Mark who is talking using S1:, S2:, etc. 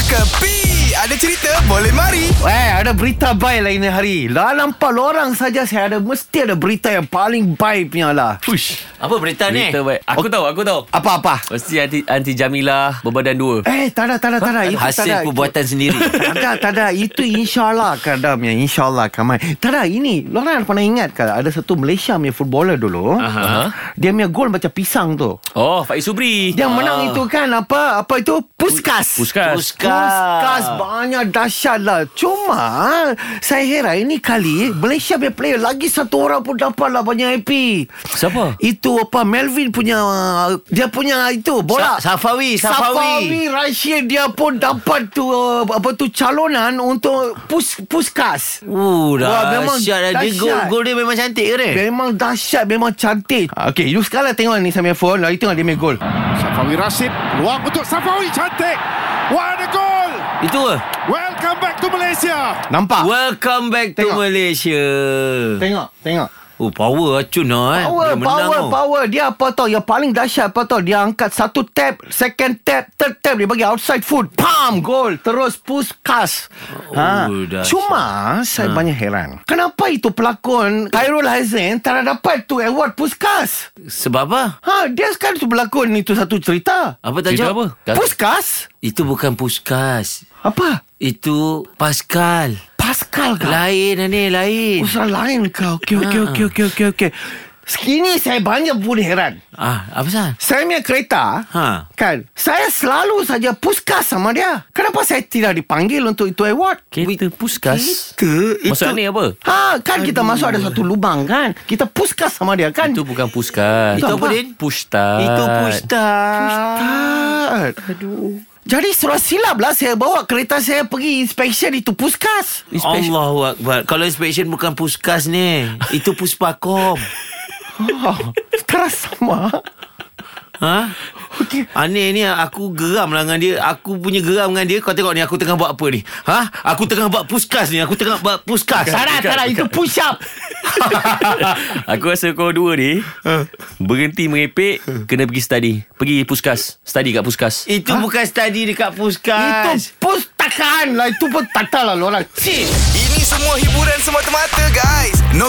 S1: Kepi Ada cerita boleh mari
S2: Eh, ada berita baik lain hari. Lah nampak lorang saja saya ada mesti ada berita yang paling baik punya lah.
S3: Push.
S4: Apa berita ni?
S3: Berita baik. Aku tahu, aku tahu.
S2: Apa-apa?
S3: Mesti anti, anti Jamila berbadan dua.
S2: Eh, tak ada, tak ada, tak ada. Itu tak ada.
S4: Hasil perbuatan sendiri.
S2: Tak ada, tak ada. Itu insyaAllah kadang punya. InsyaAllah kamai. Tak ada, ini. Lorang pernah ingat kan? Ada satu Malaysia punya footballer dulu.
S3: Aha.
S2: Dia punya gol macam pisang tu.
S3: Oh, Faiz Subri.
S2: Dia
S4: Ah.
S2: menang itu kan apa apa itu Puskas.
S3: Puskas.
S2: Puskas banyak dahsyat lah. Cuma saya heran ini kali Malaysia punya player lagi satu orang pun dapat lah banyak happy.
S3: Siapa?
S2: Itu apa Melvin punya dia punya itu bola.
S4: Sa- Safawi, Safawi.
S2: Safawi Rashid dia pun dapat tu uh, apa tu calonan untuk pus, Puskas. Wah,
S4: Uh, dah
S2: memang
S4: dahsyat dah. Dia
S2: dahsyat.
S4: gol, gol dia memang cantik ke ni?
S2: Memang dahsyat Memang cantik Eh. Ah, Okay you sekarang tengok ni Samia phone Lagi tengok dia main gol
S5: Safawi Rashid Luang untuk Safawi Cantik What a goal
S4: Itu ke?
S2: Ah.
S5: Welcome back to Malaysia
S2: Nampak
S4: Welcome back to
S2: Tengok.
S4: Malaysia.
S2: Tengok Tengok
S4: Oh, power racun lah eh.
S2: Power,
S4: Dia menang
S2: power,
S4: tau.
S2: power. Dia apa tau? Yang paling dahsyat apa tau? Dia angkat satu tap, second tap, third tap. Dia bagi outside foot. Pam! Goal. Terus push cast. ha.
S4: Oh, dahsyat. Ha.
S2: Cuma, saya banyak heran. Kenapa itu pelakon Khairul Hazain tak dapat tu award push cast?
S4: Sebab apa?
S2: Ha, dia sekarang tu pelakon itu satu cerita.
S4: Apa tajuk?
S3: Cerita apa?
S4: Pus-
S2: Puskas?
S4: Itu bukan puskas.
S2: Apa?
S4: Itu Pascal.
S2: Pascal ke?
S4: Lain lah ni, lain.
S2: Usaha lain kau. Okey, okey,
S4: Ha.
S2: okey, okey, okey, okey. Sekini saya banyak boleh heran.
S4: Ah, apa sah?
S2: Saya punya kereta
S4: Ha.
S2: Kan Saya selalu saja puskas sama dia Kenapa saya tidak dipanggil untuk itu award
S3: Kereta Puskas.
S2: Kita
S3: Maksud ni apa?
S2: Ha kan kita masuk ada satu lubang kan Kita puskas sama dia kan
S3: Itu bukan Puskas.
S2: Itu apa,
S3: Din? Pushtar.
S4: Itu pustas.
S2: Ustaz Ah. Aduh Jadi surah silap lah Saya bawa kereta saya pergi inspection itu puskas
S3: Inspection.
S4: Allahu Akbar. Kalau inspection bukan puskas ni. Itu puspakom.
S2: oh, Sekarang sama
S4: ha?
S2: Okey
S4: Aneh ni aku geram lah dengan dia Aku punya geram dengan dia Kau tengok ni aku tengah buat apa ni Ha? Aku tengah buat puskas ni Aku tengah buat puskas
S2: Tak ada, tak ada. Ah, Itu push up
S3: Aku rasa kau dua ni
S4: Ha.
S3: Berhenti merepek Kena pergi study Pergi Puskas Study kat Puskas Ha?
S4: Itu bukan study dekat
S2: Itu
S4: puskas
S2: pustakaan lah Itu pun tak tahu lah orang
S1: Ini semua hiburan semata-mata guys No